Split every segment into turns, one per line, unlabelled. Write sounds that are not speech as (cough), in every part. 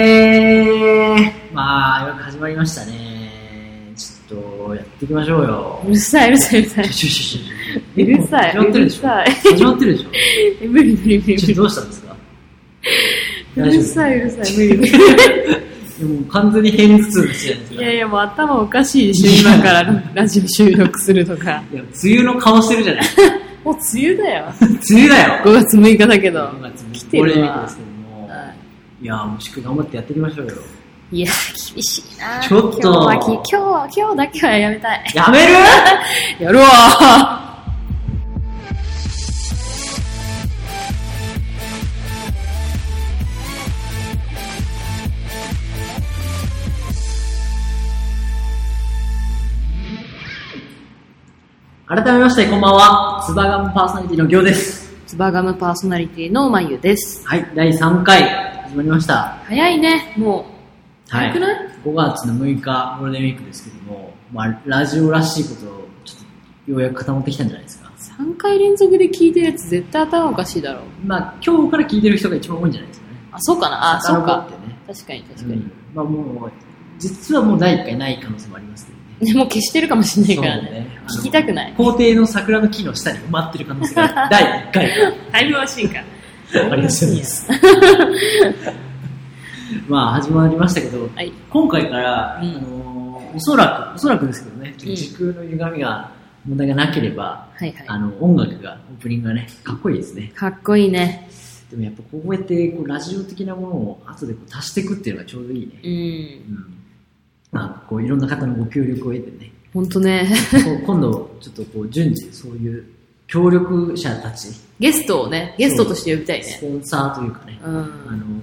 えー、まあ、よく始まりましたね。ちょっと、やっていきましょうよ。
うるさい、うる (laughs) さい、うるさい。
ちょちょちょちょ
うるさい
始まってるでしょ
うる
始まってるでし
(laughs)
ょ
え無理無理無理
ちょどうしたんですか
無理。うるさい、うるさい、無理無
いやもう完全に偏頭痛ですよ
理。
ね。
いやいや、もう頭おかしいでしょ、今からラジオ収録するとか。
いや梅雨の顔してるじゃない
もう梅雨だよ。
梅雨だよ
5月6日だけど。
5月
来
3
てるわ
ですけども、いやもうしく頑張ってやっていきましょうよ。
いや、厳しいな
ちょっと
今日はき、今日は、今日だけはやめたい。
やめる
やるわ
改めまして、こんばんは。ツバガムパーソナリティの行です。
つばがむパーソナリティのまゆです。
はい、第3回、始まりました。
早いね、もう。
はい
早くない
5月の6日、ゴールデンウィークですけども、まあ、ラジオらしいことを、ちょっと、ようやく固まってきたんじゃないですか。
?3 回連続で聞いてるやつ絶対頭おかしいだろう。
まあ、今日から聞いてる人が一番多いんじゃないですかね。
あ、そうかなあ、そう
遡っ
か。
てね。
確かに確か
う
に。
ん、まあもう、実はもう第1回ない可能性もありますけどね。
ねもう消してるかもしれないから
そう
ね。
ね
聞きたくない
あの校庭の桜の木の下に埋まってる可能性があ
(laughs)
る。第1回
タイムマシンか。
ありがとうございます。 (laughs) まあ、始まりましたけど、
はい。
今回から、
うん
あのーおそらく、おそらくですけどね、ちょっと時空の歪みが、問題がなければ、
はいは
あ
い。
の、音楽が、オープニングがね、かっこいいですね。
かっこいいね。
でもやっぱこうやって、こう、ラジオ的なものを後でこう足していくっていうのがちょうどいいね。
うん。
うん。まあ、こう、いろんな方のご協力を得て
(laughs)
ね、
ほんとね。
こう今度、ちょっとこう、順次、そういう協力者たち、ス
ゲストをね、ゲストとして呼びたいね。
ポンサーというかね、
う
あ
ん。
の、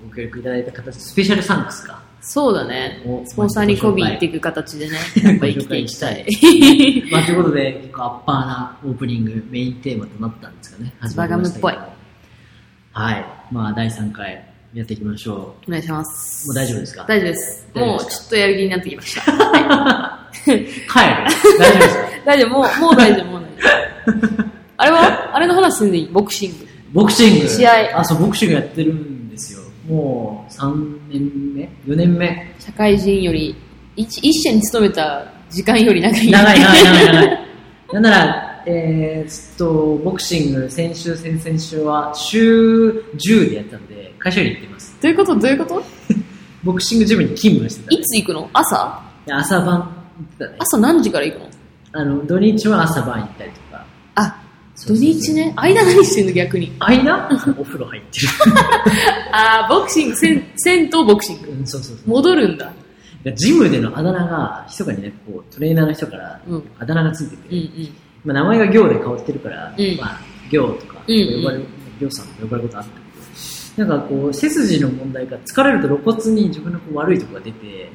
ご協力いただいた方、スペシャルサンクスか。
そうだね
お。
スポンサーに媚びっていく形でね、
ご
やっぱ
紹
生きて
介
いきたい。 (laughs)
まあ、ということで、結構アッパーなオープニング、メインテーマとなったんですかね。
ズバガムっぽ
始ま
い
りましたけど。はい。まあ、第3回やっていきましょ
お願いします。
もう大丈夫ですか
大丈夫です。
大丈夫
も
です
う
か
ちょっとやる気になってきました。
う。帰る大丈夫ですか
(laughs) 大丈夫、もう、もう大丈夫、もう大丈 (laughs) 夫。あれはあれの話すんでいいボクシング。
ボクシング。
試合
あ、そう、ボクシングやってるんですよ。もう、3年目 ?4 年目
社会人より、一一社に勤めた時間より長い。
長い長い長い長い。 (laughs) なんなら、えー、っと、ボクシング、先週、先々週は、週10でやったので、会社より行ってます。
どういうことどういうこと
ボクシングジムに勤務してたね
いつ行くの朝
で朝晩行ってたね。
朝何時から行くの
あの、土日は朝晩行ったりとか。
あ、
そ
土
うそうそう
日。ね。間何してんの逆に。
間 (laughs) お風呂入って
(laughs) あー、ボクシング、銭銭湯ボクシング。
る。うん、そうそうそう
戻るんだ。
で。ジムでのあだ名が、密かにね、こう、トレーナーの人から
うん。
あだ名がついてて、
うんうん。
まあ、名前が行で変わってるから、
うん
まあ、行とか、
うんうん
呼ばれる、行さんと呼ばれることあるんだけど、なんかこう、背筋の問題が疲れると露骨に自分のこう悪いところが出て、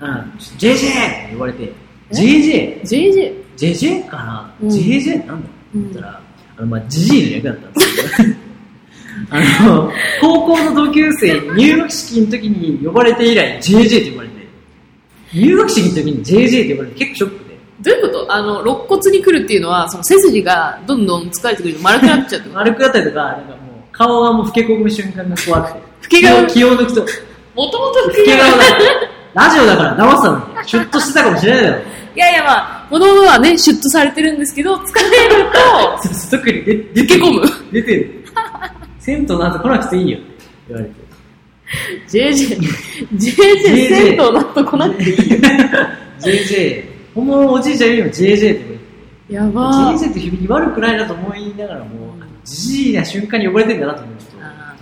あ JJ! って呼ばれて、JJ!
JJ。
JJ かな、
うん
?JJ なんだって
う
言っ
ん
たら、あの、まあ、ジジイの役だったんです
(laughs)
けど、あの、高校の同級生に入学式の時に呼ばれて以来、JJ って呼ばれて、入学式の時に JJ って呼ばれて結構ショックで、
どういうことあの、肋骨に来るっていうのは、その背筋がどんどん疲れてくると丸くなっちゃ
(laughs)
うってこと
丸くなったりとか、なんかもう、顔はもう老け込む瞬間が怖くて、
老け顔
気を抜くと、老
もともと (laughs) 老
け
け
顔
顔
だから、ラジオだから騙したのに、シュッとしてたかもしれない
(laughs)
だろ。
いやいやまあ、もともとはね、シュッとされてるんですけど、疲れると、
(laughs) 特に出出て
け
る
込む。
出てる。銭湯の後来なくていいよって言われて。
JJ、JJ 銭湯だとこなっていい。
JJ、本物のおじいちゃんよりも JJ って言われて
やばー。
JJ って響き悪くないなと思いながらも、じじいな瞬間に呼ばれてんだなと思うと、
あ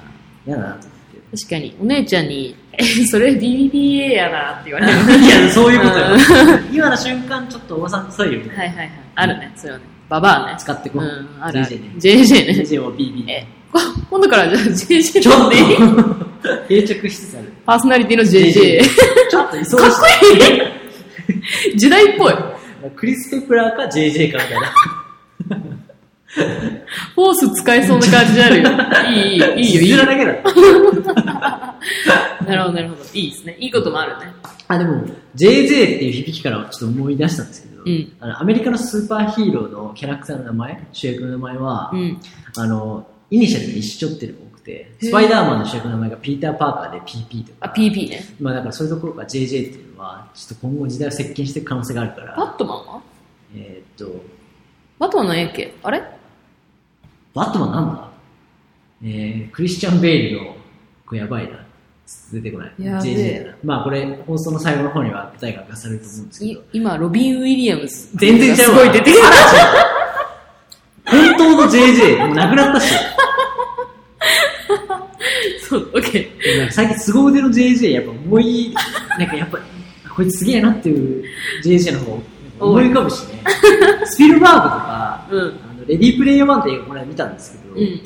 ー
嫌だなと思って。
確かに、お姉ちゃんに、 (laughs) え、それ BBA やなって言われる。
いや、そういうことよ
(laughs) うんは。
今の瞬間、ちょっとおばさん臭いよ。
いはいはい。あるね、それはね。ババアね。
使ってこ
う
う。
ん、あるある
JJ ね。
JJ ね。
JJ を BB。
え、こ今度からじゃあ JJ
ちょっと
でい
定
い
着しつつある。
パーソナリティの JJ。
ちょっと忙しい。
(laughs) かっこいい時代っぽい。
クリス・ペプラーか JJ かみたいな。
フォース使えそうな感じに (laughs) なるよ。いい、いい、いいよ、いい
い
よ。
だけだ。
なるほど、なるほど。いいですね。いいこともあるね。
あ、でも、JJ っていう響きからちょっと思い出したんですけど、
うん
あのアメリカのスーパーヒーローのキャラクターの名前、主役の名前は、
うん。
あの、イニシャルが一緒っていうのが多くくて、スパイダーマンの主役の名前がピーター・パーカーで PP とか。
あ、PP ね。
まあだからそういうところから JJ っていうのは、ちょっと今後時代を席巻していく可能性があるか
バ
ら、
ットマンは
えーっと、
バットマンなんやっけあれ
バットマンなんだえー、クリスチャン・ベイルの、これやばいな。出てこない。
やべえ
JJ だな。まあこれ、放送の最後の方には舞台が明かされると思うんですけ
い
ど、
今、ロビン・ウィリアムズ。
全然ちゃうわ。
すごい出てき
(laughs)
た。
本当の JJ、もうなくなったし。
そう、オッケー。
なんか最近凄腕の JJ やっぱ思い、なんかやっぱ、こいつすげえなっていう JJ の方が思い浮かぶしね。スピルバーグとか、
うん。
あのレディープレイヤー1って映画この間見たんですけど、
うん。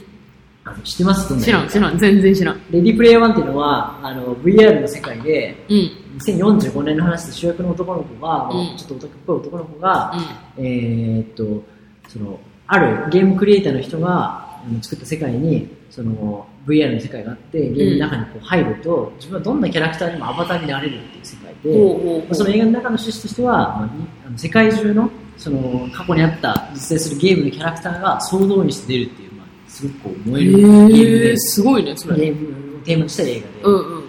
あの知ってますどんな
知らん、知
ん。
らん。全然知らん。
レディープレイヤー1っていうのは、あの VR の世界で、
うん。うん。
2045年の話で主役の男の子が、
うん
ちょっとオタクっぽい男の子が、えーっと、その、あるゲームクリエイターの人があの作った世界に、その VR の世界があって、ゲームの中にこう入ると、自分はどんなキャラクターにもアバターになれるっていう世界で、
ほうほうほう。
その映画の中の趣旨としては、まあにあの世界中のその過去にあった実在するゲームのキャラクターが総動員して出るっていう、まあ、すごくこう燃えるゲーム
へ
で
え、すごいね、それ。
ゲームをテーマにした映画で、
うんうん。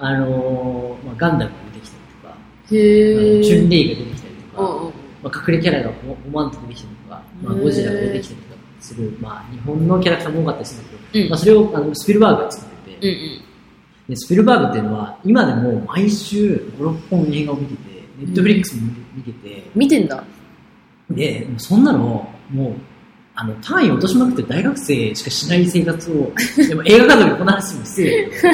あのーまあ、ガンダムが出てきたりとか、あ
へ
の
え。
チュンリーが出てきたりと
う
か、
んうん。
まあ、隠れキャラがボボマンと出てきたりとか、まあ、
へー
ゴジラが出てきたりとかする、まあ、日本のキャラクターも多かったりするんだけど、
うん
まあ、それをあのスピルバーグが作ってて、
うんうん。
でスピルバーグっていうのは今でも毎週56本映画を見ててネットフリックスも見てて、
見てんだ。
でもうそんなのもうあの単位落としまくって大学生しかしない生活
(laughs)
をでも映画監督にこの話も失礼だけ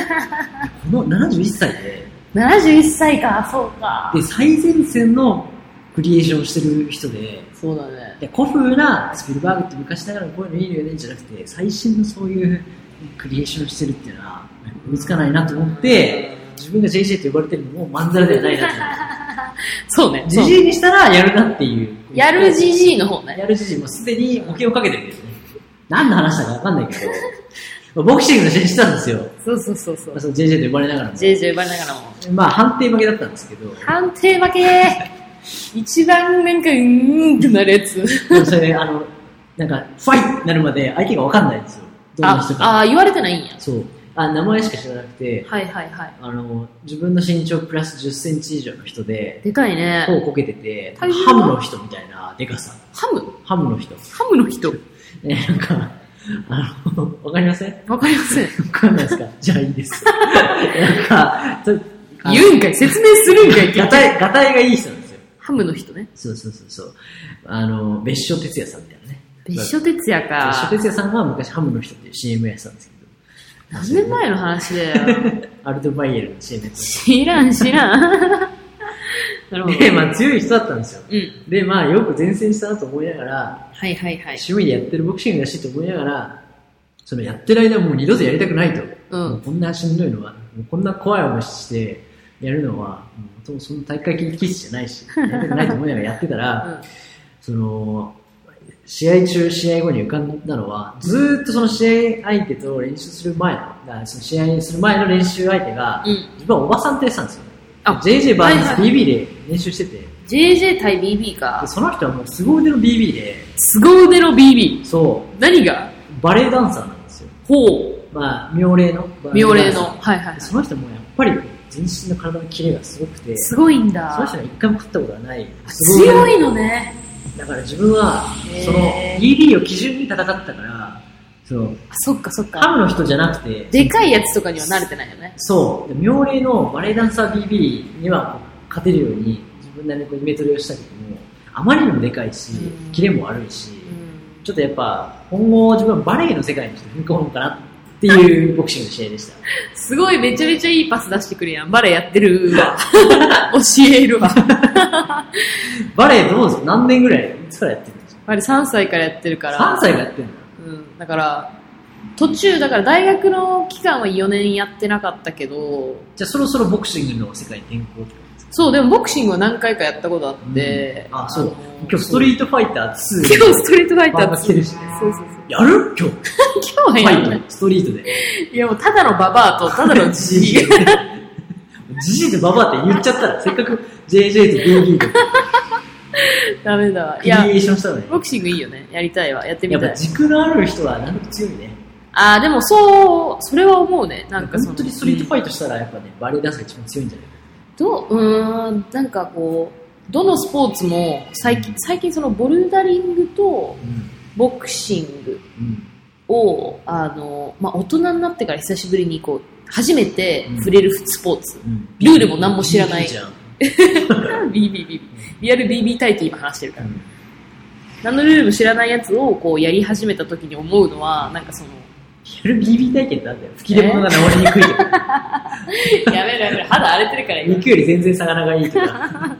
ど
(laughs)
この71歳で
71歳か、そうか。
で最前線のクリエーションをしてる人で
そうだね。
で古風なスピルバーグって昔ながらこういうのいいよねじゃなくて最新のそういうクリエーションしてるっていうのは見つかないなと思って自分が JJ と呼ばれてるのもまんざらではないなと思って。
(laughs) そうね。
じじいにしたらやるなっていう。
やるじじいの方ね。
やるじじいもすでに保険をかけてるんですね。何の話だかわかんないけど、まあボクシングの試合してたんですよ。
そうそうそうそ
まあ。その JJ と呼ばれながらも。
JJ バナナも。
まあ判定負けだったんですけど、
判定負け一番なんか、うーんってなるやつ。
でもそれ、あの、なんか、ファイッってなるまで相手がわかんないんですよ。どんな人か。
あ、あー言われてないんや。
そう。あ、名前しか知らなくて、
はいはいはい。
あの、自分の身長プラス10センチ以上の人で、
でかいね。
こうこけてて、
体重は
ハムの人みたいなでかさ。
ハム
ハムの人。
ハムの人
え、なんか、あの、わかりません
わかりません。
わかんないですかじゃあいいです。 (laughs) なんか、とあの
言うんかい説明するんかい
ガタイ、ガタイがいい人なんですよ。
ハムの人ね。
そうそうそうそう。あの、別所哲也さんみたいなね。
別所哲也
別所
か。
哲也さんは昔ハムの人っていう CM やってたんですけど。
何年前の話だよ。
アルトバイエルの CM やって
知らん知らん。なるほ
た
ど。
で、まあ強い人だったんですよ。
うん。
で、まあよく前線したなと思いながら、
はいはいはい。
趣味でやってるボクシングだしと思いながら、そのやってる間はもう二度とやりたくないと。
うん
もこんなしんどいのは、もうこんな怖い思いしてやるのは、もうそんな大会禁止じゃないし、やりたくないと思いながらやってたら、その、試合中、試合後に浮かんだのは、ずーっとその試合相手と練習する前の、あその試合する前の練習相手が、
うん。うん。
自分はおばさんって言ってたんですよ。
あ
JJ バーンズ
はいはい
BB で練習してて、
JJ 対 BB か
で。その人はもう凄腕の BB で、
凄腕の BB。
そ
何が
う、バレエダンサーなんですよ。
ほう。
まあ、妙齢の。バ
妙齢の。
レエダンサ
はいはいは
ー
い
で。その人もやっぱり全身の体のキレがすごくて、そ
すごいん
の
だ
人。は一回も勝ったことがない。
強いのね。
だから自分は、
へー
その BB を基準に戦ったから、その、
あそっかそっ
ハ
か。
ムの人じゃなくて、
でかいやつとかには慣れてないよね。
そう、妙齢のバレエダンサー BB には勝てるように自分なりにこうイメトレをしたけども、あまりにもでかいし
う、ん
キレも悪いし、
うん。
ちょっとやっぱ、今後自分はバレエの世界にちょっと踏み込むかなっていうボクシングの試合で
(laughs)
した。
すごいめちゃめちゃいいパス出してくるやん。バレエやってる (laughs) わ。教えるわ。
バレエどうぞ何年ぐらいいつからやってるんですか
あれ3歳からやってるから。
3歳からやってるの
うん。だから、途中、だから大学の期間は4年やってなかったけど、
じゃあそろそろボクシングの世界に転向
そう、でもボクシングは何回かやったことあって。
あ、そう
の。
今日ストリートファイター2。
今日ストリートファイター
ババ来てるしね
そうそうそう。
やる今日。フ
今日はやる
ァ
ね
イ。ト、ストリートで。
いやもうただのババアとただのじじ
(laughs)
い。
じじいとババアって言っちゃったら、せっかく JJ と BB と
ダメだわ。
ク
い
リエ
や、
ーションしたのに。
ボクシングいいよね。やりたいわ。やってみ
やったぱ
い。
軸のある人はなんか強いね。
ああ、でもそう、それは思うね。なんかその
本当にストリートファイトしたら、やっぱね、バレエダンスが一番強いんじゃない
どううーんなんかこうどのスポーツも最近最近そのボルダリングと
うん。
ボクシング
うん。
をあの、まあ、大人になってから久しぶりにこう初めて触れるスポー (laughs) ツ、
うん
ルールも何も知らない
いじゃん。
BBB リアル BB 体って今話してるか
う
ら
ん
何のルールも知らないやつをこうやり始めた時に思うのはなんかその (laughs)
やる BB 体験ってなんだよ。吹き出物が治りにくい
(laughs)
とか、
やめろやめろ肌荒れてるから今
肉より全然魚がいいとか。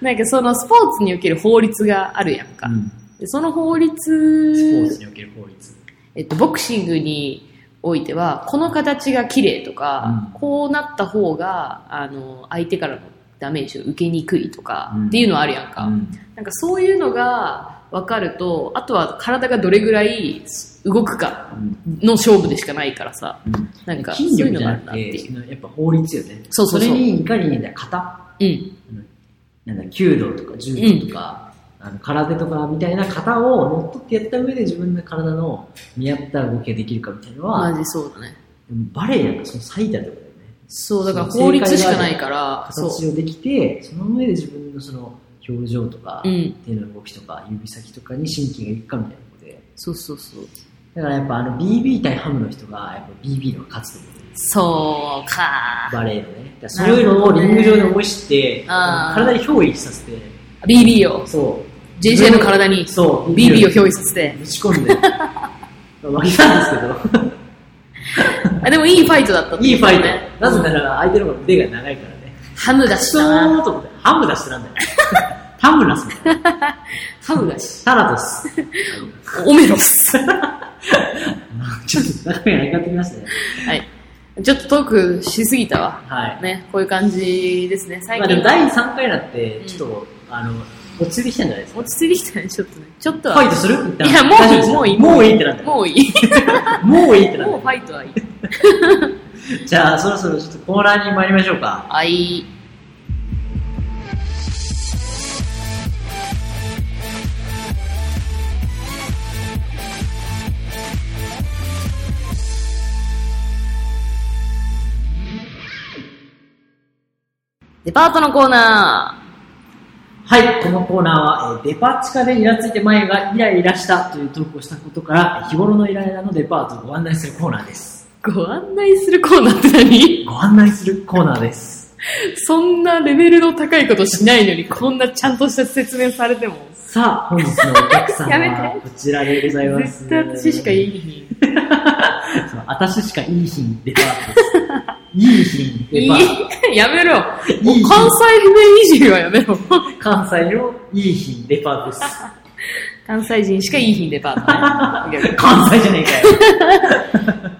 なんかそのスポーツにおける法律があるやんか、
うん
でその法律
スポーツにおける法律。
えっと、ボクシングにおいては、この形が綺麗とか、こうなった方が、あの、相手からのダメージを受けにくいとか、
うん
っていうのはあるやんか。
うん
なんかそういうのが分かると、あとは体がどれぐらい動くか
うん
の勝負でしかないからさ、なんかそう
筋
い
力
うの
じ
が
ゃ
あ
な
るな
く
っ
て、
ていう。
そのやっぱ法律よね。
そうそうそう
れにいかにね、型。
うん。
なんだ、弓道とか柔道とか、あの空手とかみたいな型を乗っ取ってやった上で自分の体の見合った動きができるかみたいなのは、
マ
で
ジそうだね。
もバレエなんかその最たるところだよね。
そう、だから
そう
法律しかないから、そう。
形をできて、その上で自分のその表情とか、
うん。
手の動きとか、指先とかに神経がいくかみたいなことで。
そうそうそう。
だからやっぱあの BB 対ハムの人が、やっぱ BB の方が勝つと思う。
そうか。
バレエのね。だからそういうのをリング上で思い知って、
あー
体に憑依させて、
BB を、
そう。
JJ の体に
そう。
BB を憑依させて、
ぶち込んで、 (laughs) 負けたんです
(laughs)
け
あでもいいファイトだったっ
ど、
て
いいファイ
ね
ト。なぜなら相手の方が腕が長いからね。
ハムだし
そ
な。
うと思って、ハム出して
(laughs)
なんだよ。タムラスだよ
ハムだし。
タラトス。
オメロス。
(laughs) ちょっと中身が上がってきましたね。
はい。ちょっとトークしすぎたわ。
はい。
ね、こういう感じですね。最
まあでも、
近
第3回になって、ちょっと、あの、落ち着いてきたんじゃないですか。
落ち着いてきたね、ちょっとね。ちょっと
フ
は。
ァイトする一旦
いや、も
大丈夫です
う、もういい。
もういいってなった。
もういい。
もういいってな
もう
っ
ファイトはいい。
た。じゃあ、そろそろちょっとコーナーに参りましょうか。
はい。デパートのコーナ
はい、このコーナーは、えーデパ地下でイラついて前がイライラしたという投稿したことから、えー日頃のイライラのデパートをご案内するコーナーです。
ー。ご案内するコーナーって何
ご案内するコーナーです。
そんなレベルの高いことしないのに、こんなちゃんとした説明されても。
さあ、本日のお客さん
(laughs) やめ
はこちらでございます。
絶対私しか
い。
いい日。
そう私しかいい品デパートです。いい品デパート。
いい (laughs) やめろ。もう
いい
関西弁いじりはやめろ。
関西のいい品デパートです。
(laughs) 関西人しかいい品デパートね。 (laughs)
関西じゃねえかよ。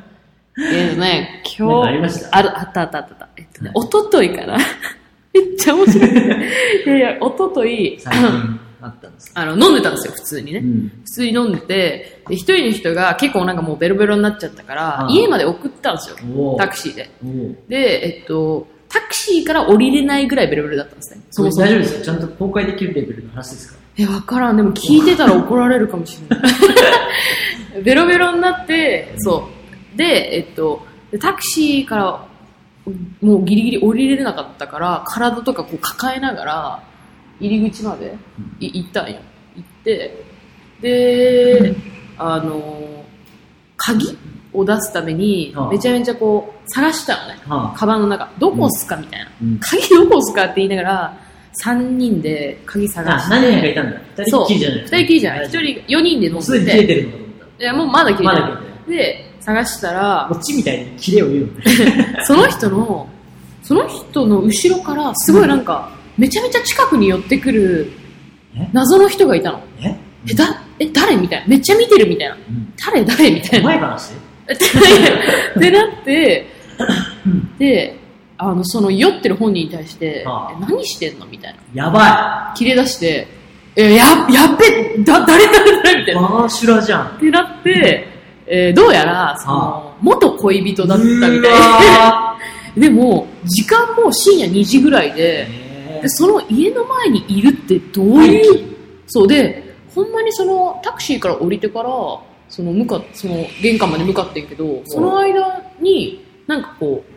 えっとね、
なん
今
か
日、
ありました
あるあったあったあった。えっとね、
は
おとといかな。 (laughs) めっちゃ面白い。いやいや、おととい、
最近あったんですか
あの、飲んでたんですよ、普通に
う
ね。
ん。
普通に飲んでて、で一人の人が結構なんかもうベロベロになっちゃったから、
うん
家まで送ったんですよ、
お
タ
ー
クシーで。
おー
で、えっと、タクシーから降りれないぐらいベロベロだったんですね。そもそも
大丈夫ですかちゃんと公開できるレベルの話ですか
え、わからん。でも聞いてたら怒られるかもし
(laughs)
れない。ベロベロになって、そう。で、えっと、でタクシーから、もうギリギリ降りれなかったから、体とかこう抱えながら、入り口までい行ったんよ。行って、で、あの、鍵を出すために
ああ、
めちゃめちゃこう、探したのね。
は
カバンの中。どこっすかみたいな。
あ、うん
鍵どこっすかって言いながら、3人で鍵探
あ
し、て。
何人かいたんだ。二人っきりじゃない。
二人きりじゃない。一人、四人で飲
もうんすで
で
に切れ
て。
てるのかと思っ
いや、もうまだ切
た。
れ
ま
て
だ
る。
切れてない。
で、探したら、
こっちみたいに切れを言うのね。
その人の、その人の後ろから、すごいなんか、めちゃめちゃ近くに寄ってくる
え、
謎の人がいたの。
え
え、だ、え、誰みたいな。めっちゃ見てるみたいな。
うん
誰誰みたいな。
前話
(laughs) ってなって、で、あの、その酔ってる本人に対して、
はあ
え何してんのみたいな。
やば
切れ出して、え、や、やっべ、だ、誰誰誰みた
い
いな
バ。ーシュラじゃん。
ってなって、えーどうやら、その、元恋人だったみたい (laughs) で、でも、時間も深夜2時ぐらい (laughs) で、
え
で、その家の前にいるってどういう、そうで、ほんまにそのタクシーから降りてから、その向かその玄関まで向かってんけどその間になんかこう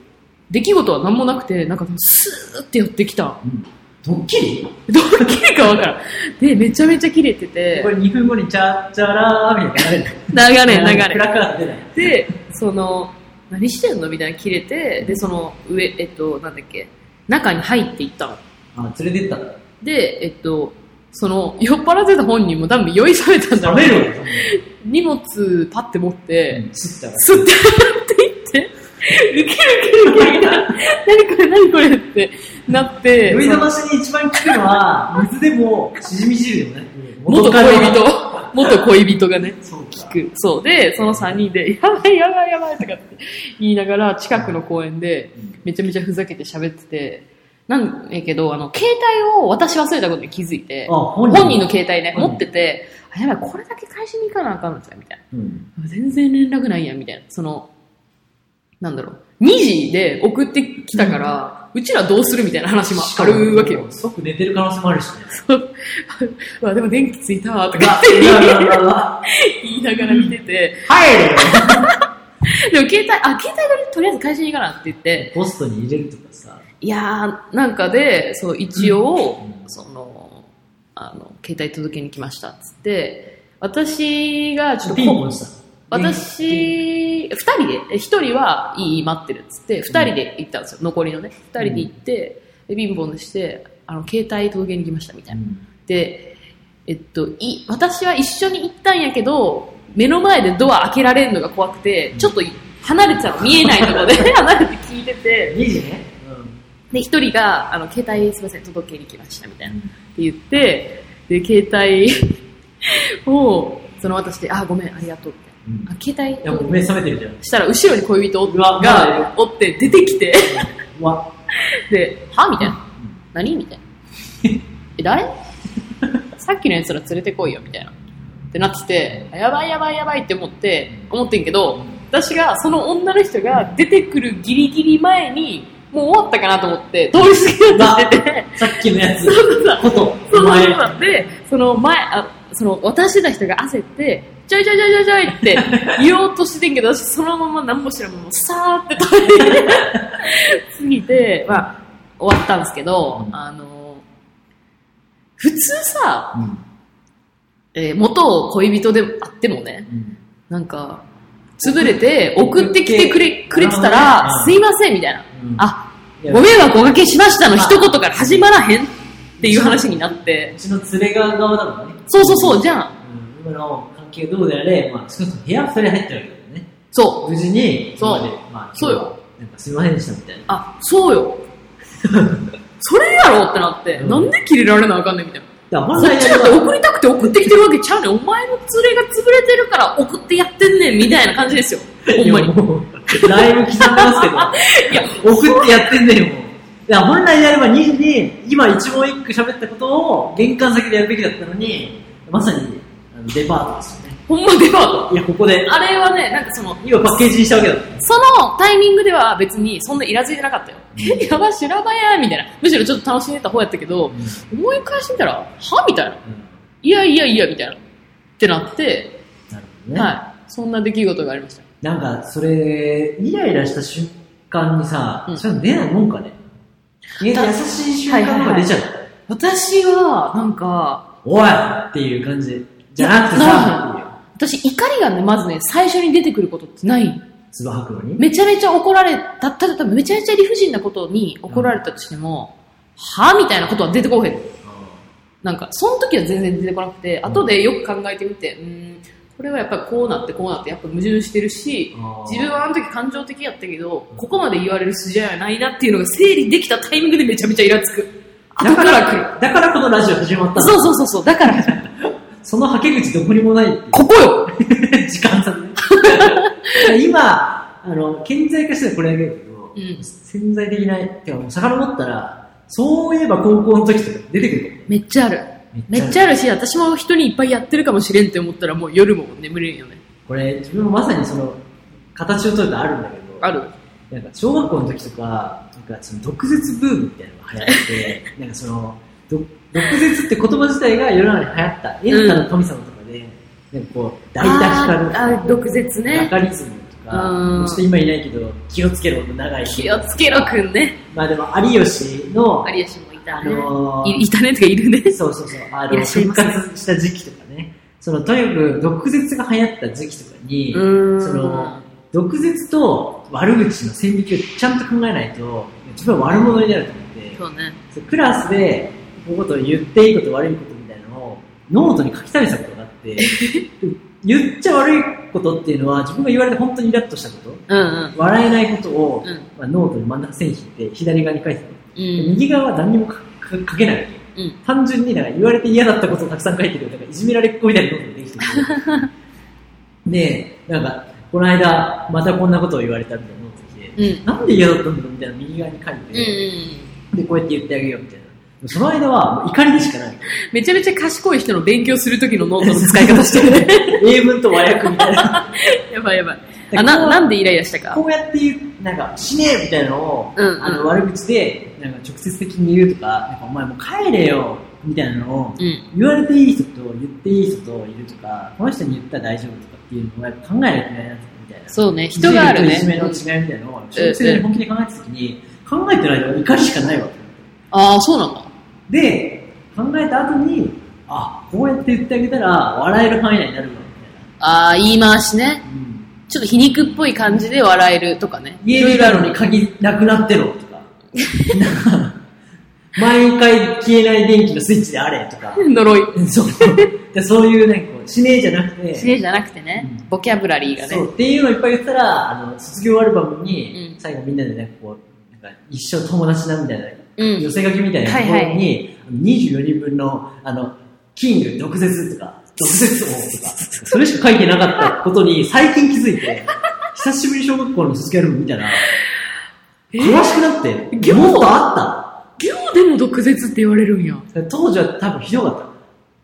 出来事は何もなくてなんかスーって寄ってきた
ドッキリ
ドッキリかわからんでめちゃめちゃ切れてて
これ2分後にチャチャラーみたいな
流れ流
流
れ
暗くなってない。
で、その、何してんのみたいな切れて、で、その、上、えっと、なんだっけ、中に入っていったの。
あ、連れてったんだ。
で、えっと、その、酔っ払ってた本人も多分酔いされたんだろ
食
う
べ
ね。
るよ。
荷物パッて持って、
吸ったら。
す、ってやっていって、ウケるウケるウケる。何これ何これってなって、
酔い
そ
だ
の
ましに一番効くのは、水でも、しじみ汁でもね。
元恋人。、元恋人がね。
そうか。
聞く。そう。で、その3人で、やばいやばいやばいとかって言いながら、近くの公園で
うん、
めちゃめちゃふざけて喋ってて、なんやけど、あの、携帯を私忘れたことに気づいて、
あ、本
本人の携帯ね、
うん
持ってて、あ、やばい、これだけ返しに行かなあかんのじゃん、みたい
うん。
な。全然連絡ないやん、みたいな。その、なんだろう、2時で送ってきたから、うちらどうするみたいな話もあるわけよ。。
即寝てる可能性もあるしね。
うわ、でも電気ついたわ、と
う
か
わうわうわうわ
言いながら見てて、
入れよ
でも携帯、あ、携帯がとりあえず会社に行かなって言って、
ポストに入れるとかさ。
いやー、なんかで、そう、一応、
うん
その、あの、携帯届けに来ましたっつって、私がちょっと
ピンポ
こ、
ンした。
私、二人で、え一人は、いい、待ってるっつって、二人で行ったんですよ、残りのね。二人で行って、でピンポンして、あの、携帯届けに来ましたみたいな。で、えっと、い、私は一緒に行ったんやけど、目の前でドア開けられるのが怖くて、ちょっと離れてたの、見えないところで (laughs) 離れて聞いてて、
2時ね。
で、一人が、あの、携帯すいません、届けに来ました、みたいな。って言って、で、携帯を、その渡して、あ、ごめん、ありがとう、って。
うん。
あ、携帯
いや、もう目覚めてるじゃん。
したら、後ろに恋人
うわま
がおって、出てきて、
うわ。
で、はみたいな。何みたいな。え、誰さっきのやつら連れてこいよ、みたいな。ってなってて、あやばいやばいやばいって思って、思ってんけど、私が、その女の人が出てくるギリギリ前に、もう終わったかなと思って、通り過ぎよう (laughs) としてて、
さっきの
(laughs)
やつ。こと。
そ
お
の
前。
ままで、その前、あその渡してた人が焦って、ちょいちょいちょいちょいちょいって言おうとしてんけど、私そのまま何も知らんまま、さーって通り過ぎて、まあ、終わったんですけど、
うん
あの、普通さ、
うん
えー元恋人であってもね、
うん
なんか、潰れて送ってきてくれくれてた
なる
ら
ほ、ど
す
ね
いませんみたいな。
うん
あ、
いや
ご迷惑おかけしましたの一言から始まらへんっていう話になって
う。ちの連れ側側だもんね。
そうそうそう、じゃん。
うん今の関係どうであれ、まあ、少なくとも部屋2人入ってるわけだよね。
そう。
無事に、
そ
今
う
までまあ、
そうよ
今日はなんかすみませんでしたみたいな。
あ、そ
(laughs)
うよ。それやろってなって、
うん
なんで切れられなあかんねんみたいな。
だから
こ
本
っ
来で
ち
あれ
だって
ば
送りたくて送ってきてるわけちゃうねん。お前の連れが潰れてるから送ってやってんねんみたいな感じですよ。ほんま
いや
に。
もうだいぶ刻んでます
(laughs) いや、
けど、送ってやってんねんよ、もう。いや、本来であれば2時に、今一問一句喋ったことを玄関先でやるべきだったのに、まさに、あのデパートですよね。
ほんまデパート。
いや、ここで、
あれはね、なんかその、
今パッケージにしたわけだ。
そのタイミングでは別にそんなイラついてなかったよ。えやば、修羅場やみたいな。むしろちょっと楽しんでた方やったけど、思い返してみたら、はみたいな。いやいやいや、みたいな。ってなって、
なるほどね。
はい。そんな出来事がありました。
なんか、それ、イライラした瞬間にさ、
うん
それは出ないもんかね。いや
だ
優しい瞬間の方が出ちゃう。
私は、なんか、
おいっていう感じ。じゃなくてさ、
私、怒りがね、まずね、最初に出てくることってない。
つば吐くのに。
めちゃめちゃ怒られた、ただただめちゃめちゃ理不尽なことに怒られたとしても、はみたいなことは出てこへん。なんか、その時は全然出てこなくて、
ん
後でよく考えてみて、うーん、これはやっぱりこうなってこうなって、やっぱ矛盾してるし、自分
は、
はあの時感情的やったけど、ここまで言われる筋合いはないなっていうのが整理できたタイミングでめちゃめちゃイラつく。後
だ
か
からら
来る。
だからこのラジオ始まったの
そうそうそうそう、だから始まる、
その吐け口どこにもないって
ここよ
いう時間差ね。
(laughs)
今、あの、顕在化してるこれだけだけど、
うん
潜在的な、てかもう遡ったら、そういえば高校の時とか出てくるかも
めっちゃある。めっちゃあるし、私も人にいっぱいやってるかもしれんって思ったら、もう夜も眠れんよね。
これ、自分もまさにその、形を取るとあるんだけど、
ある。
なんか小学校の時とか、なんかその毒舌ブームみたいなのが流行っ
(laughs)
て、なんかその、ど毒舌って言葉自体が世の中に流行った、エンタの神様とかで、なんかこう、大田光
あーあー毒舌ね
バカリズムと
う
か
ん、
ちょっと今いないけど、気をつけろの長い。
気をつけろくんね。
まあでも、有吉の、
有吉もいた
あ
ね。
のー
いいたねってかいるね。
そうそうそう、あ
いら
の、
っしゃい
復
ませ
活した時期とかね、その、とにかく毒舌が流行った時期とかに、
うーん
その、毒舌と悪口の線引きをちゃんと考えないと、自分は悪者になると思って、
そうね。
そうクラスで、こういうことを言っていいこと悪いことみたいなのを、ノートに書き溜めてたことがあ
(laughs)
って、言っちゃ悪いことっていうのは、自分が言われて本当にイラッとしたこ
うんうん。
と、笑えないことを、
うん。
まあ、ノートに真ん中線引いて、左側に書いてたの。
う
で
ん。
右側は何にもかか書けないわけ、
うん
単純になんか言われて嫌だったことをたくさん書いてるなんかいじめられっ子みたいなことができ
(laughs)
てるでなんかこの間またこんなことを言われたみたいなのが来て、
うん。うん
なんで嫌だったんだろうみたいな右側に書いて、でこうやって言ってあげようみたいなその間はもう怒りでしか
(laughs)
ない
めちゃめちゃ賢い人の勉強するときのノートの使い方してる (laughs) ね。
英文と和訳みたいな
やばいやばい。あ、な、なんでイライラしたか
こうやって言うなんか死ねえみたいなのを、
うんうん
あの悪口でなんか直接的に言うとかなんかお前もう帰れよみたいなのを
うん。
言われていい人と言っていい人といるとか、この人に言ったら大丈夫とかっていうのはやっぱ考えなきゃいけないなみたいな。
そうね、人がある
いじめ
ね。
といじめの違いみたいなのを、小学生に本気で考えたときに、考えてる間は怒りしかないわけ。
ああ、そうなんだ。
で、考えた後に、あ、こうやって言ってあげたら笑える範囲内になるわ、み
ああ、言い回しね
た。いな。うん
ちょっと皮肉っぽい感じで笑えるとかね。
家にいるのに鍵なくなってろとか。 (laughs) なんか毎回消えない電気のスイッチであれと (laughs) か。
呪い。
そう。でそういうね、こう死ねえじゃなくて、
死ねじゃなくてね、
うん
ボキャブラリーが
そ
ね
う。っていうのをいっぱい言ったら、あの、卒業アルバム
う
に
ん、
最後みんなでなんかこう、なんか一生友達だみたいな、
うん
寄せ書きみたいなとこ
はい
ろ
は
に、あの24人分の、あの、キング、毒舌とか、毒舌王とか、それしか書いてなかったこと
(laughs)
に最近気づいて、久しぶりに小学校の卒業アルバム見たら、
え
詳しくなって、もっとあ
行でも毒舌って言われるんや。
った。当時は多分ひどかった。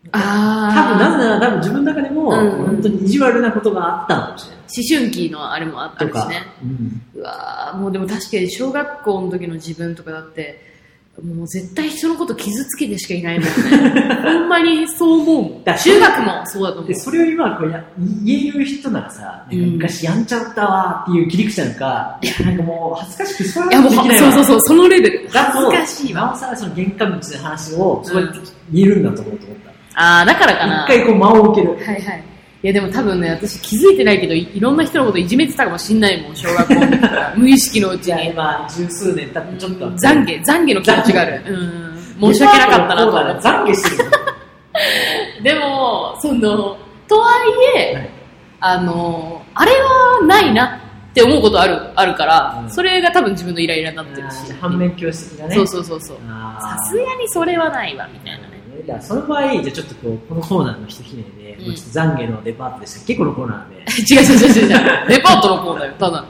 多分な
ああ。
ぜなら多分自分の中でも、
うんうん
本当に意地悪なことがあったのかもしれない。
思春期のあれもあっ
と
たし
か
ね。、
うん
うわーもうでも確かに小学校の時の自分とかだって、もう絶対人のこと傷つけてしかいないもん
(laughs)
ね。ほんまにそう思うもん。
だ
中学もそうだと思う
で。それを今こうや言える人ならさ、なんか
うん
昔やんちゃったわーっていう切り口なのか、いやなんかもう恥ずかしくそう
い
い
や
う
も
こ
う、
とできない
そうそう
う。
そう、そのレベル。
だ
恥ず
と
かしいわ。
なおさらその玄関口の話をそうやって言えるんだと思うと思った。
ああ、だからかな。
一回こう間を受ける。
はいはい。いやでも多分ね、私気づいてないけど、いいろんな人のこといじめてたかもしんないもん、小学校の時
(laughs)
から。無意識のう
じ
ち
ゃあ
に。
今、十数年経ってちょっと。
懺悔、懺悔の気持ちがある。うん。申し訳なかったなと
そう
思
だね
っ
懺悔してる。
て。 (laughs) でも、その、とはいえ、
はい
あの、あれはないなって思うことある、あるから、
うん
それが多分自分のイライラになってる
あ
し
ー。反面教師的なね。
そうそうそうそう。
あ
さ
ー
すがにそれはないわ、みたいなね。
いやその場合、じゃあちょっとこう、このコーナーの一ひねりで、
うん
もうちょっと懺悔のデパートでしたっけこのコーナーで。
(laughs) 違う違う違う違う。デパートのコーナーよ、 (laughs) ただ。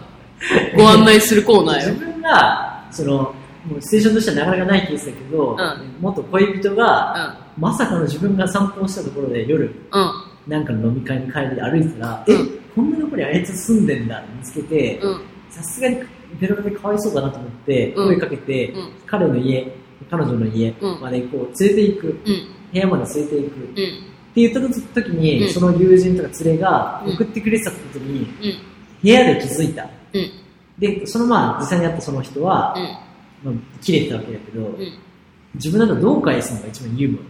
ご案内するコーナー
自
(laughs) よ。
分がそのもうステーションとしてはなかなかないケースだけど、
ん
元恋人が、
うん。
まさかの自分が散歩をしたところで夜
うん。
なんかの飲み会に帰りで歩いてたら、
うん
えこんなところにあいつ住んでんだって見つけて
うん。
さすがにベロベロでかわいそうだなと思って
うん
声かけて、
うん
彼の家彼女の家
うん
までこう連れて行く
うん。
部屋まで連れて行くっ
うん。
て言った時に、
うん
その友人とか連れが
うん
送ってくれてたことに
うん。
部屋で気づいた、
うん
でそのまあ実際に会ったその人は、
うん。
まあ、切れてたわけだけど、
うん。
自分なんかどう返すのが一番ユーモア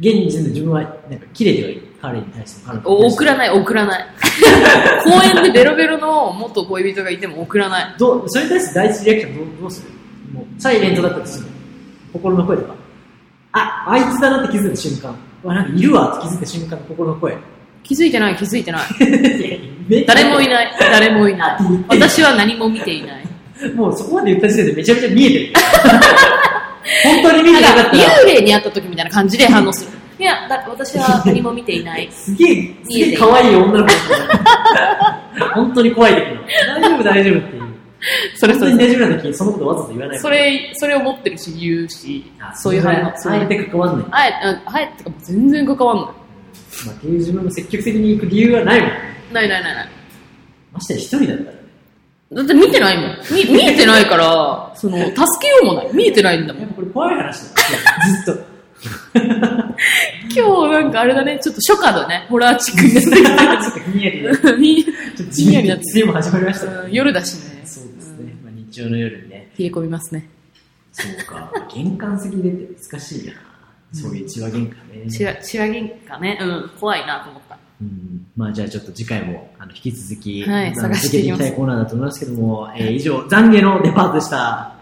現時点で自分はなんか切れてはいる彼に対しても彼女に
お
対して
送らない、送ら (laughs) ない。公園でベロベロの元恋人がいても送らない。
どうそれに対して第一リアクションどうどうするもうサイレントだったとする心の声とかああいつだなって気づいた瞬間わなんかいるわって気づいた瞬間の心の声 (laughs)
気づいてない、気づいてない。
めっちゃ
誰もいない、誰もいない
あ言っ。てる
私は何も見ていない。 (laughs)
もうそこまで言った時点でめちゃめちゃ見えてる本当に見えてなか
なん
っ
か、
たら
幽霊に会った時みたいな感じで反応する。いや、だ私は何も見ていない。
すげえ、すげえ可愛い女の子だ
(laughs)
った。本当に怖い時の。大丈夫、大丈夫っていう。
(laughs) それ
本当
それ
に。大丈夫な時にそのことわざと言わない。
(laughs) それ、それを持ってるし、言うし、そういう反応。そう
あ
い
え
う
て関わんない。ま
あえああえてか、全然関わん
あ、っていう自分の積極的に行く理由はないもん。
ない。ないないないない。
ましてや一人だったらね。
だって見てないもん。み見えてないから、その、 (laughs) 助けようもない。見えてないんだも
(laughs)
ん
やっ。ぱこれ怖い話だよ。ずっと。
今日なんかあれだね、ちょっと初夏だね、ホラーチックになってきて
ょっとひんやりで、ちょっ
に
とじんやりな梅雨も始まりましたね。
うん夜だしね。
そうです
うん
ね。まあ日曜の夜にね。
冷え込みますね。
そうか。玄関先でって難しいな。そういう千葉玄関ね。
しわ、しわげんかね。うん、怖いなと思った。
うんまあじゃあちょっと次回もあの引き続き、
はい
あの
探していきま
続
す
けいきたいコーナーだと思いますけども、えー以上、懺悔のデパートでした。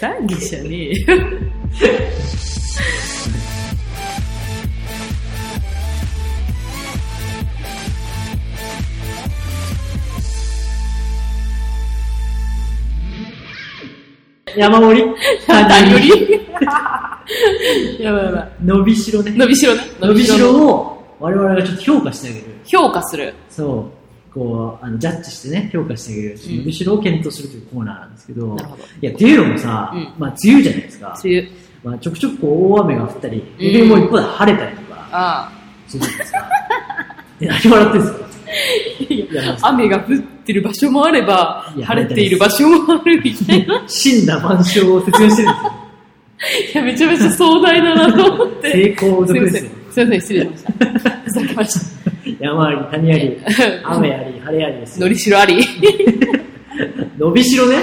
詐欺じゃねえよ。
山
(laughs)
盛り
何よりやばいやばい。
伸びしろね。
伸びしろね。
伸びしろを我々がちょっと評価してあげる。
評価する。
そう。こう、あの、ジャッジしてね、評価してあげる。
うん
伸びしろを検討するというコーナーなんですけど、
なるほど。
いや、っていうのもさ、
うん
まあ梅雨じゃないですか。
梅雨。
まあちょくちょくこう大雨が降ったり、逆にもう一方で晴れたりとか
あ
するじゃない
(laughs)
ですか。え、何笑ってんすか
あ。
いや、もう
雨が降ってる場所もあれば、
いや
晴れている場所もあるみたいな。
死んだ万象を説明してるんですよ。
いや、めちゃめちゃ壮大だなと思って。
成功
す
族
いま
で
せ
す
ん
よ。。
すいません、失礼しました。ふざけまし (laughs)
山あり、谷あり、
た。
雨あり、晴れありです
の
よ。
りしろあ
(laughs)
り。
伸びしろ
(laughs)
ね。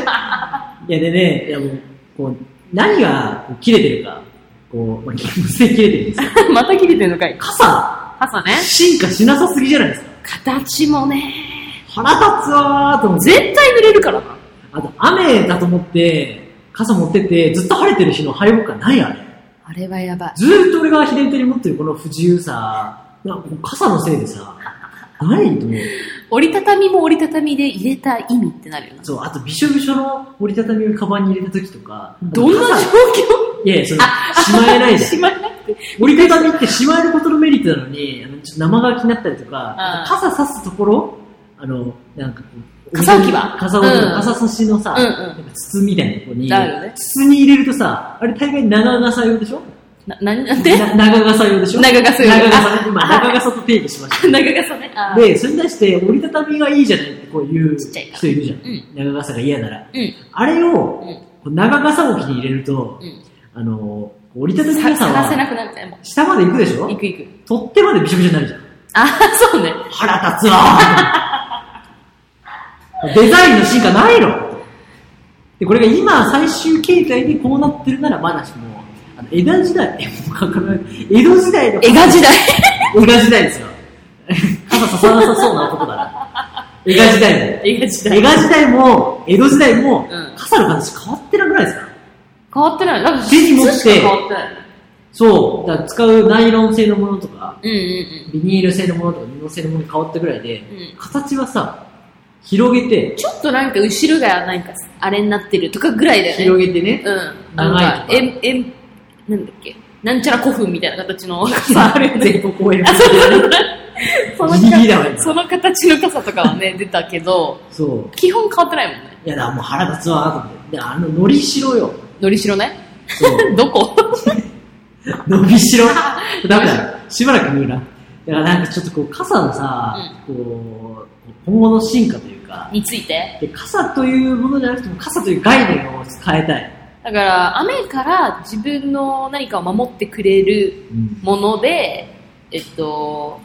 いやでね、いやもう、こう、何がこう切れてるか、こう、まあ、気持ちで切れてるんですよ。
また切れてんのかい。
傘、
傘ね。
進化しなさすぎじゃないですか。
形もね。
腹立つわーと思って。
絶対濡れるからな。
あと、雨だと思って、傘持ってって、ずっと晴れてる日の晴れ僕はないあれ。
あれはやばい。
ずーっと俺が左手に持ってるこの不自由さ、なんかこう傘のせいでさ、ないと思う。
折りたたみも折りたたみで入れた意味ってなるよな。
そう、あとびしょびしょの折りたたみをカバンに入れた時とか、
どんな状
傘いやいや、その、しまえない
況
じゃん
し。まえなくて。
折りたたみってしまえることのメリットなのに、あのちょっと生乾きになったりとか、
あー
傘差すところ、あの、なんかこう、
傘置き場
傘置き場
うん
傘差しのさ、
(laughs) うんうん
なんか筒みたいなとこに、
あるよね
筒に入れるとさ、あれ大概長傘用でしょ
な、な、なんで
な長傘用でしょ
長傘用
長傘
あ
今、
あ
長傘と定義しまし
長傘ね。あ
た。
ー
で、それに対して折りたたみがいいじゃないってこう言う
ちっちゃいから
人いるじゃん。
うん。
長傘が嫌なら。
うん。
あれを、
うん
こう長傘置きに入れると、
うん。
あの、折りたたみ
さ
傘
探せな
は、
くなるじゃん。も
下まで行くでしょ
う行く行く。
取っ手までびしょびしょになるじゃん。
ああ、そうね。
腹立つわ (laughs) ーデザインの進化ないので、これが今最終形態でこうなってるならまだしも、あの江戸時代、もうわかんない江戸時代の、
絵画時代。
江戸時代ですよ。傘刺さなさそうな男だな。江戸時代も。
絵画時
江
代。
戸時代も、江戸時代も
うん、
傘の形変わってなくないですか
変わってない。なんか
手に持って
質しか変わってないよね。
そう。だから使うナイロン製のものとか、
うん
ビニール製のものとか布製のものに変わったぐらいで、
うんうん。うん。
形はさ、広げて、
ちょっとなんか後ろがなんかあれになってるとかぐらいだよね。
広げてね、
う
長いと
ん。なん
か
か、えん、えん、なんだっけ。なんちゃら古墳みたいな形の傘あるよ
(laughs)
ね。
全国公演
あ、そうそうそうその
ギリギリだわ
形
今
その形の傘とかはね、出たけど、
そう。
基本変わってないもんね。
いやだ、もう腹立つわ、と思って。で、あの、のりしろよ。
のりしろね。
そう。
(laughs) どこ
のびしろ。ダメだ。しばらく見るな。だからなんかちょっとこう、傘のさ、こう、今後の進化というか、
について。
で傘というものじゃなくても、傘という概念を変えたい。
だから、雨から自分の何かを守ってくれる
うん
もので、えっと、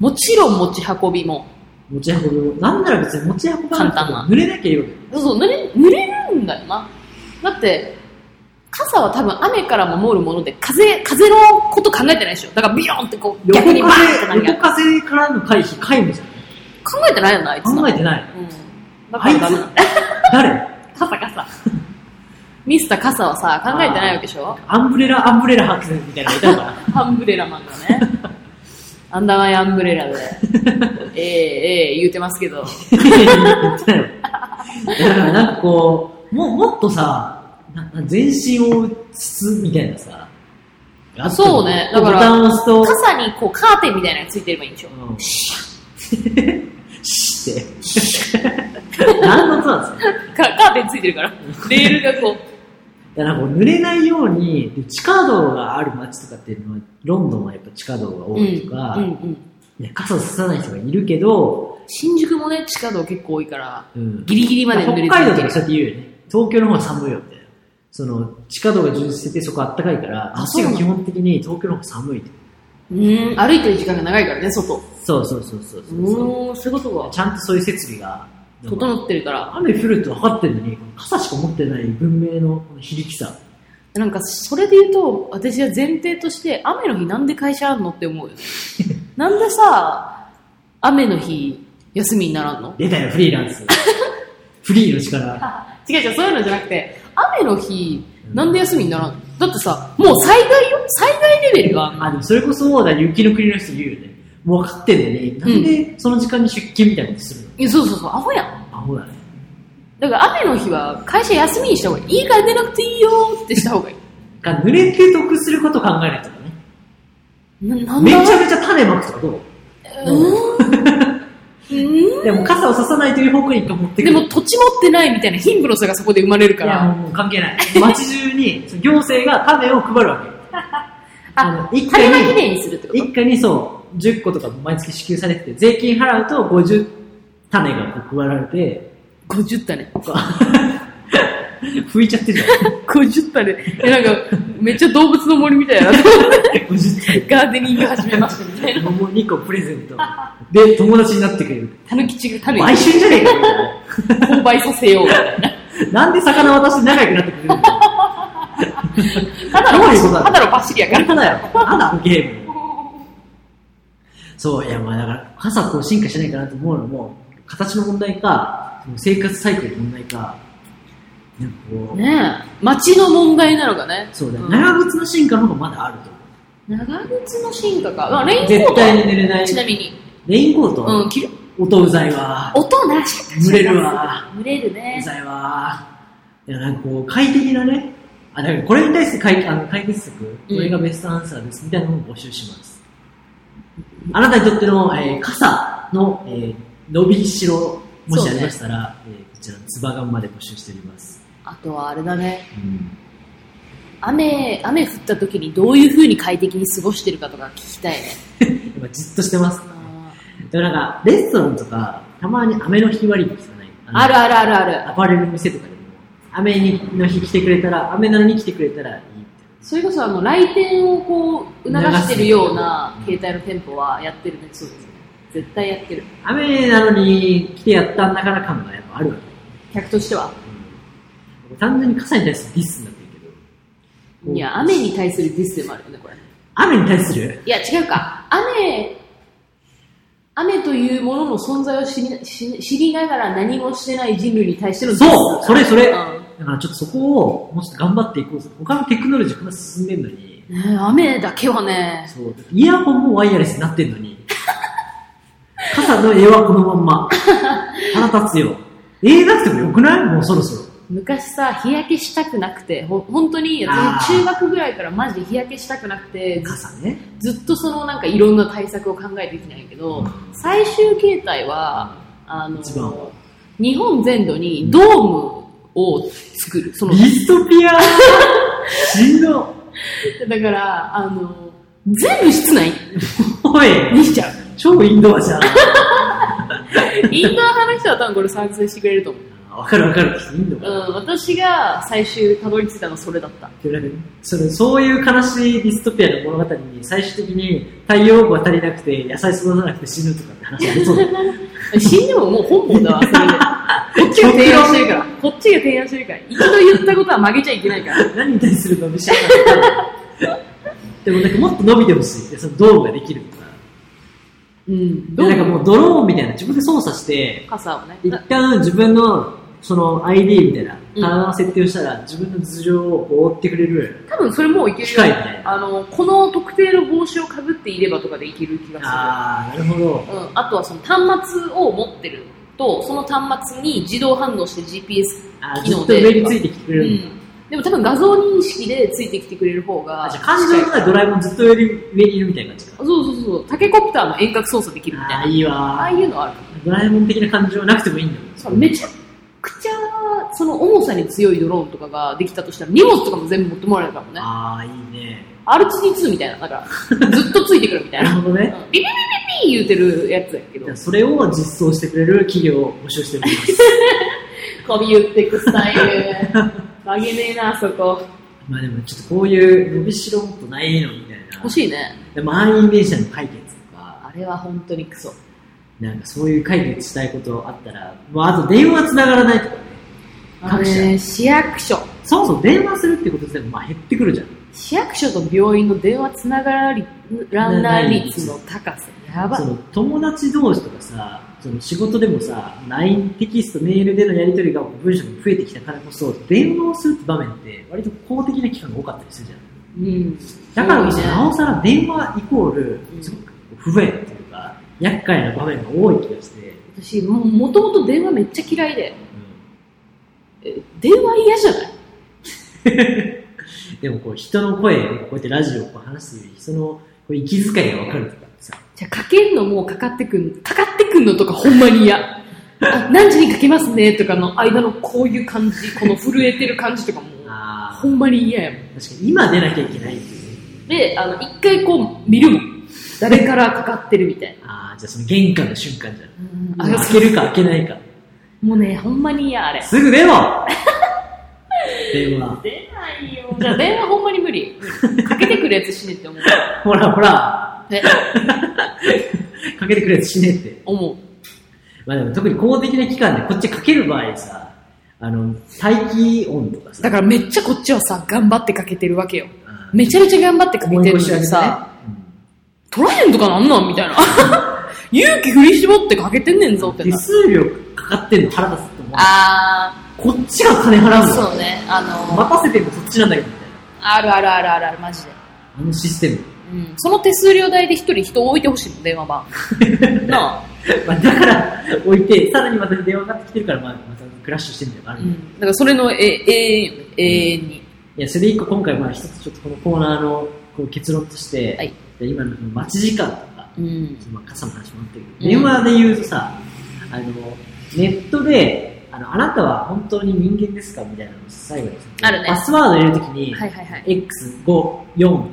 もちろん持ち運びも。
持ち運びも、なんなら別に持ち運ばなく
簡
て
単
も
な
濡れなきゃいいわけ。
そうそう、濡れ、濡れるんだよな。だって、傘は多分雨から守るもので、風、風のこと考えてないでしょ。だからビヨーンってこう、
横
逆にバーンってな
風、
るや
横
ん。
風からの回避、皆無じ
考えてないよな、あい
ゃ
つ
ん。
な。
考
うん。
えてない。
だからダメなの
誰
傘傘。ミスター傘はさ、考えてないわけでしょ
アンブレラ、アンブレラ白線みたいなのいたから。
アンブレラマンがね。アンダーマイアンブ
(laughs)
レラで、ええええ言うてますけど。
言ってないわだからなんかこう、ももっとさ、なな全身を包むみたいなさ、あったの
そうねだから
ボタンを押すと、
傘にこうカーテンみたいなのがついてればいいんでしょ
うん、シャッシャッって。何の音なんですか
カカーテンついてるから。レールがこ
だからこう濡れないように、で地下道がある街とかっていうのは、ロンドンはやっぱ地下道が
う。
多いとか、
うんうんうん。
ね傘ささない人がいるけど、
新宿もね、地下道結構多いから、
うん
ギリギリまで濡れてる
北海道とかそうやって言うよね。東京の方は寒いよって。その、地下道が充実しててそこあったかいから、
あそう
街が
なの
基本的に東京の方が寒いって。
うん、歩いてる時間が長いからね、外。
そうそうそうそうそうそう
うん、そういうことが
ちゃんとそういう設備が、
整ってるから。
雨降ると分かってるのに、傘しか持ってない文明のこの非力さ。
なんか、それで言うと、私は前提として、雨の日なんで会社あんのって思う
(laughs)
よね。なんでさ、雨の日、休みにならんの
出たよ、フリーラン (laughs) ス。フリーの力。
違う違う、そういうのじゃなくて、雨の日、なんで休みにならんのだってさ、もう災害よ災害レベルがあんの
あ、でもそれこそ、だから雪の国の人言うよね。もう分かってんだよね。なんでその時間に出勤みたいなことするの
いやそうそうそう、アホやん。
アホだね。
だから雨の日は会社休みにした方がいい。いいから出なくていいよーってした方がいい。
が濡れて得すること考えないとかね。
ななん
め
だ
ちゃめちゃ種まくとかどう
うーん。
でも傘をささないという方向に一回持ってく
で
る。
も土地持ってないみたいな貧富の差がそこで生まれるか
いや
ら。
もう関係ない。街中に (laughs) その行政が種を配るわけよ。あの一家に
種まきれいにするってこと
一家にそう、10個とか毎月支給されてて、税金払うと50種がこう配られて、
?50 種。
こう拭いちゃってるじ
50種。え、なんか、めっちゃ動物の森みたいな。
ゃん。50種。 (laughs)
ガーデニング始めましたみたいな。
もう2個プレゼン
(laughs)
ト。で、友達になってくれる。
たぬきちが種を
買収じゃねえかよ
購買させようみたいな。
なんで魚渡して仲良くなってくれるんだよ。
ただ
どういうこと
の、
なの
ただのパシリやから。
ただよ。なんだあのゲーム。そう、いや、まあだから、傘こう進化しないかなと思うのも、形の問題か、その生活サイクルの問題か、なんかこう、
ねえ。街の問題なのかね。
そうだよ、
ん
長靴の進化の方がまだあると思
長靴の進化か。まあ、レインコー
絶
ト
対
は
に寝れない
ち。なみに。
レインコートは、
うん、着る
音うざいわ、
音なし。
蒸れるわ。
蒸れる
う
ね。
ざいわ。いや、なんかこう、快適なね、あ、だからこれに対して解あの解決策、これがベストアンサーです、みたいなのを募集します。あなたにとっての、えー傘の、えー伸びしろ、もしありましたら、えーこちらのつばがんまで募集しております。
あとはあれだね。
うん、
雨、雨降った時にどういう風に快適に過ごしてるかとか聞きたいね。
今じっとしてます。
あ
でもなんか、レストランとか、たまに雨の日割引とかない
ーあるあるあるある。
アパレルの店とかでも、雨の日来てくれたら、雨なのに来てくれたらいいみ
それこそあの、来店をこう、促してるような
促
携帯の店舗はやってるね。そうですね。絶対やってる。
たいな。雨なのに来てやったんだから感がやっぱあるわけ。
客としては。
うん単純に傘に対するディスになってるけど。
いや、雨に対するディスでもあるよね、これ。
雨に対する
いや、違うか。雨、雨というものの存在を知り知知りながら何もしてない人類に対しての
そうそれそれ
うん
だからちょっとそこを、もうちょっと頑張っていこうぜ。他のテクノロジーこんな進んでんのに。
ねえ雨だけはね、
そう。イヤホンもワイヤレスになってんの
(laughs)
に。傘の絵はこのまんま。腹立つよ。絵なくてもよくないもうそろそろ。
昔さ、日焼けしたくなくて、ほ本当に、
あ
私
ー
中学ぐらいからマジで日焼けしたくなくて、
傘ね。
ずずっとそのなんかいろんな対策を考えてきたんやけど、最終形態は、あの
一番、
日本全土にドームを作る。その
ディスト
(laughs)
ピアしんど
だから、あの、全部室内
おい
にしちゃう。
(laughs) 超インドア
(laughs)
じゃん
インドア派の人は多分これ賛成してくれると思う。
わかるわかるインド
う
ア
ん、私が最終たどり着いたのはそれだった。
でなんかそのそういう悲しいディストピアの物語に最終的に太陽光が足りなくて野菜育たなくて死ぬとかって話が出そうだ
死んでももう本望だわ、それで。こっちが提案してるから。 (laughs) こっちが提案してるから。一度言ったことは曲げちゃいけないから。
何に対する伸びしろなのかでもなんかもっと伸びてほしいでそのドームができるとか
うん。
でなんかもうドローンみたいな自分で操作して
傘をね。
一旦自分のその ID みたいな
うん
体の設定をしたら自分の頭上をこう覆ってくれる
多分それもういける
機
よ
械みたいな
あの、この特定の帽子をかぶっていればとかでいける気が
ああなるほど
する。うん。あとはその端末を持ってると、その端末に自動反応して GPS
あー
機
ずっ
能
と
で
上についてきてくれ
う
るんだ、
ん、でも多分画像認識でついてきてくれる方が
あじゃあ感情のないドラえもんずっと上に上にいるみたいな感じか
そうそうそうタケコプターの遠隔操作できるみたい
あ
な
あいい
ああ
わー
いうのはあるかも
ドラえもん的な感情はなくてもいいんだもん
そうめちゃくちゃその重さに強いドローンとかができたとしたら荷物とかも全部持ってもらえるかもね
ああいいね
R2D2 みたいなだからずっとついてくるみた
ないる
な
ほどね
うんビビビビビ言うてるやつやけど
じゃあそれを実装してくれる企業を募集しており
(laughs)
ます
こび言ってくスタイル曲げねえなそこ
まあでもちょっとこういう伸びしろもっとないのみたいな。
欲しいね。
で満員電車の解決とか、
あれは本当にクソ。
なんかそういう解決したいことあったら、まああと電話繋がらないとかね。
あ
各社
れ、市役所。
そもそも電話するってこと自体もまあ減ってくるじゃん。
市役所と病院の電話つながりランナー率の高さ。やばい
そ。の友達同士とかさ、その仕事でもさ、LINE テキスト、メールでのやり取りが文章も増えてきたからこそ、電話をするって場面って割と公的な機関が多かったりするじゃん。
うん。
だからこそ、
そうね
なおさら電話イコール、すごく不便というか、厄介な場面が多い気がして、
私、ももともと電話めっちゃ嫌いで。え電話嫌じゃない
でもこう人の声をこうやってラジオをこう話すより、そのこう息遣いがわかるとかってさ、
じゃあかけんのもうかかってくん、かかってくんのとかほんまに嫌。あ何時にかけますねとかの間のこういう感じ、この震えてる感じとかも、
あ
ほんまに嫌やもん。
ー確かに今出なきゃいけないっていうね。
で、あの、一回こう見るもん。誰からかかってるみたい
ああ、じゃあその玄関の瞬間じゃん。
な。あ
開けるか開けないか。
もうね、ほんまに嫌、あれ。
すぐ出ろ電話。
出ないよ。じゃあ電話ほんまに無理。かけてくるやつ死ねって思う。
ほらほら、
え、
かけてくれやつ死ねって。
思う。
まあでも特に公的な機関でこっちかける場合さ、あの、待機音とかさ、
だからめっちゃこっちはさ、頑張ってかけてるわけよ。
うん
めちゃめちゃ頑張ってかけてる
思い
の
越
に
し上げて
さ、
ね
取らへんとかなんなんみたいな。 (laughs) 勇気振り絞ってかけてんねんぞって
手
な。
数料かかってんの腹立つと思う。
あ
こっちが金払
ー、
うの。
そうね。あの、
待たせてもそっちなんだけど、みたいな。
あるあるあるあるある、マジで。
あのシステム。
うん。その手数料代で一人人置いてほしいもん、電話 (laughs) 番。なあ。
まあ、だから、置いて、さらにまた電話かかってきてるから、まあ、またクラッシュしてみたいなのがあ
う
るんだよ
ん。だからそれの、え、永遠よね。永遠に。
いや、それで一個今回、まあ、一つちょっとこのコーナーのこう結論として、
はい
で今のこの待ち時間とか、
うん。
まあ、傘の話もあったけど、
うん
電話で言うとさ、あの、ネットで、あの、あなたは本当に人間ですかみたいなのを最後にさ
あるね
パスワード入れるときに、
はいはいはい。
X5、4とか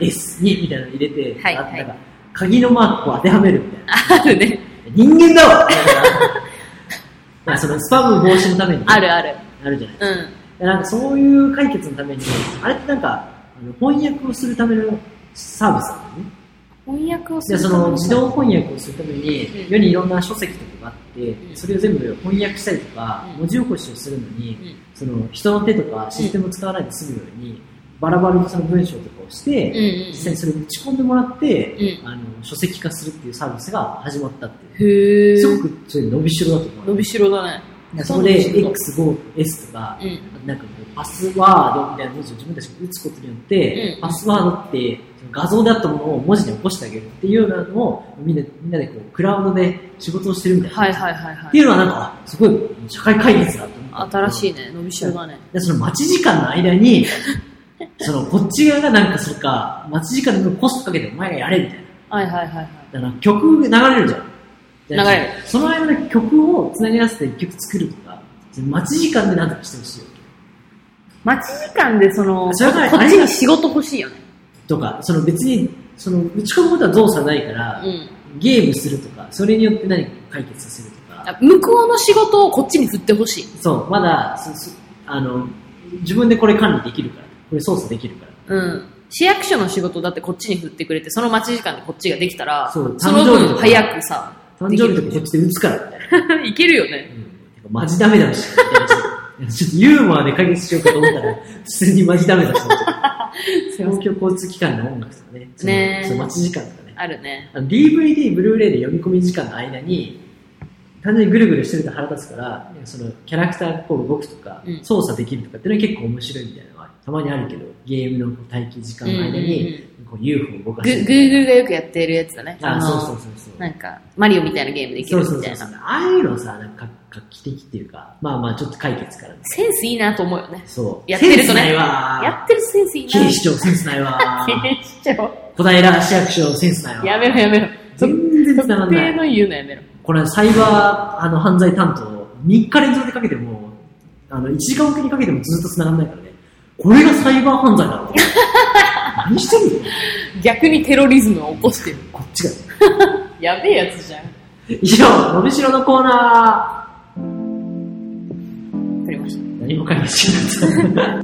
S2 みたいなの入れて、
はい
あ
はい
なんか鍵のマークを当てはめるみたいな。
あるね。
人間だわまあそのスパム防止のために、
あるある。
あるじゃない
うん。
でなんかそういう解決のために、あれってなんか、あの翻訳をするためのサービスなのね。
翻訳をす
で、
る。
その自動翻訳をするために、
うん
世にいろんな書籍とかがあって
う、ん
それを全部翻訳したりとか
う、ん
文字起こしをするのに
うん、
その人の手とかシステムを使わないで済むように、バラバラにその文章とかをし
うん
て、
うん
実際にそれを打ち込んでもらって
う、
あの、書籍化するっていうサービスが始まったっていう。
へ
す
ー
ごくそういう伸びしろだと思う。
伸びしろだね。
でそこで
そうなんで
X5S とか、
うん。
なんかこうパスワードみたいな文字を自分たちが打つことによって、
うん
パスワードってその画像であったものを文字に起こしてあげるっていうようなのをみんなみんなでこうクラウドで仕事をしてるみたいな。
はいはいはいは
って
い
い。うのはなんか、あすごい社会解決だと思った。
新し
い。
いね。伸びしろだね。
で、その待ち時間の間
(laughs)
に、そのこっち側がなんかするか、待ち時間でもコストかけてお前がやれみたいな。
はいはいはいはい。
だから曲流れるじゃん。
流れる
その間の曲を繋ぎ合わせて一曲作るとか、その待ち時間で何とかしてほしいよ。
待ち時間でその、
それは
ここっち
あれが
に仕事欲しいよね。
とか、その別に、その打ち込むことは動作ないから、
うん。
ゲームするとか、それによって何か解決させるとか、
あ向こうの仕事をこっちに振ってほしい。
そう、まだ、そそあの、自分でこれ管理できるから、これ操作できるから。
うん。市役所の仕事だってこっちに振ってくれて、その待ち時間でこっちができたら、
そう
の
誕生日と
分
か
早くさ、 (laughs)
誕生日とかこっちで打つからみたいな。
いけるよね。
うんてかマジダメだし、みたいなちょっとユーモアで解決しようかと思ったら、普通にマジダメだ
(laughs)
し、
すいま
公
せん
共交通機関の音楽とかね、その
ねえ
その待ち時間とかね。
あるね。
あの DVD、ブルーレイで読み込み時間の間に、単純にぐるぐるしてると腹立つから、そのキャラクターがこう動くとか
う、ん
操作できるとかっていうのは結構面白いみたいなのは、たまにあるけど、ゲームのこう待機時間の間
うん
に、こう UFO を動か
グ
して
ーグーグルがよくやってるやつだね。
あ、
の
そうそうそうそう。
なんか、マリオみたいなゲームでき
そ
る
うそう
みた
そう
い
そう
な。。
ああいうのさ、なんか画期的っていうか、まあまあちょっと解決からね。
センスいいなと思うよね。
そう。
やってる
セ
と
ンスない
ね。
わ
やってるセンスいいな。
警視庁センスない
(laughs)
わ
警視庁
小平市役所センスないわ
やめろやめろ。
全然
特
繋がんない
定の言うのやめろ。
これ、サイバーあの犯罪担当、3日連続でかけても、あの1時間おきにかけてもずっと繋がんないからね、これがサイバー犯罪だ
(laughs)
ろ何してんの
逆にテロリズムを起こしてる。
こっちが。
やべえやつじゃん。
以上、のびしろのコーナ
わかりました。
ー。何も解決しなかった。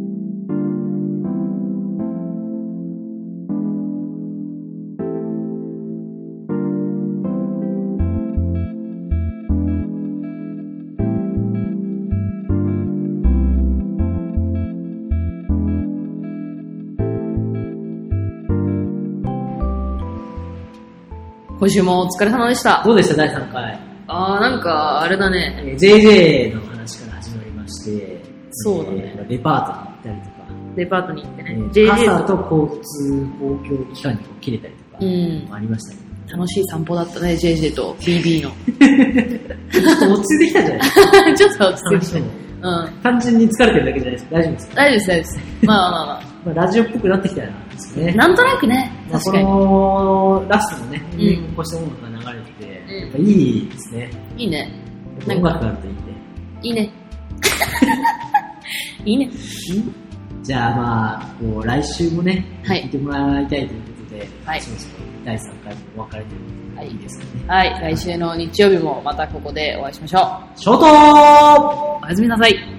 今週もお疲れ様でした。
どうでした、第3回。
あー、なんか、あれだね。
えー JJ の話から始まりまして、
そうだね
えーデパートに行ったり
デパートに行ってね。
とか、
JJ
傘
と。
と交通公共機関に切れたりとか、
うん
ありましたけど、
楽しい散歩だったね、JJ と BB の。
ちょっと落ち着いてきたんじゃないですか
(laughs) ちょっと落ち着い
話
て。
も
うん。大丈
単純に疲れてるだけじゃないですか。大丈夫ですか
夫です、大丈夫です。まあまあまあ
まあ、ラジオっぽくなってきたらなんです
まあ。
ね。
なんとなくね、
まあ
確
こ
かに。
のラストのね、
ん
エンディングこうした音楽が流れてて、
うん
やっぱいいですね。
いいね。なん
音
か
楽があるといいね。
いいね。 (laughs) いいね。
じゃあまあ、こう来週もね、
はい
聞いてもらいたいということで、
はい
そろそろ第3回もお別れということで、いいですかね。
はい、来週の日曜日もまたここでお会いしましょ
ショート
う。おやすみなさい。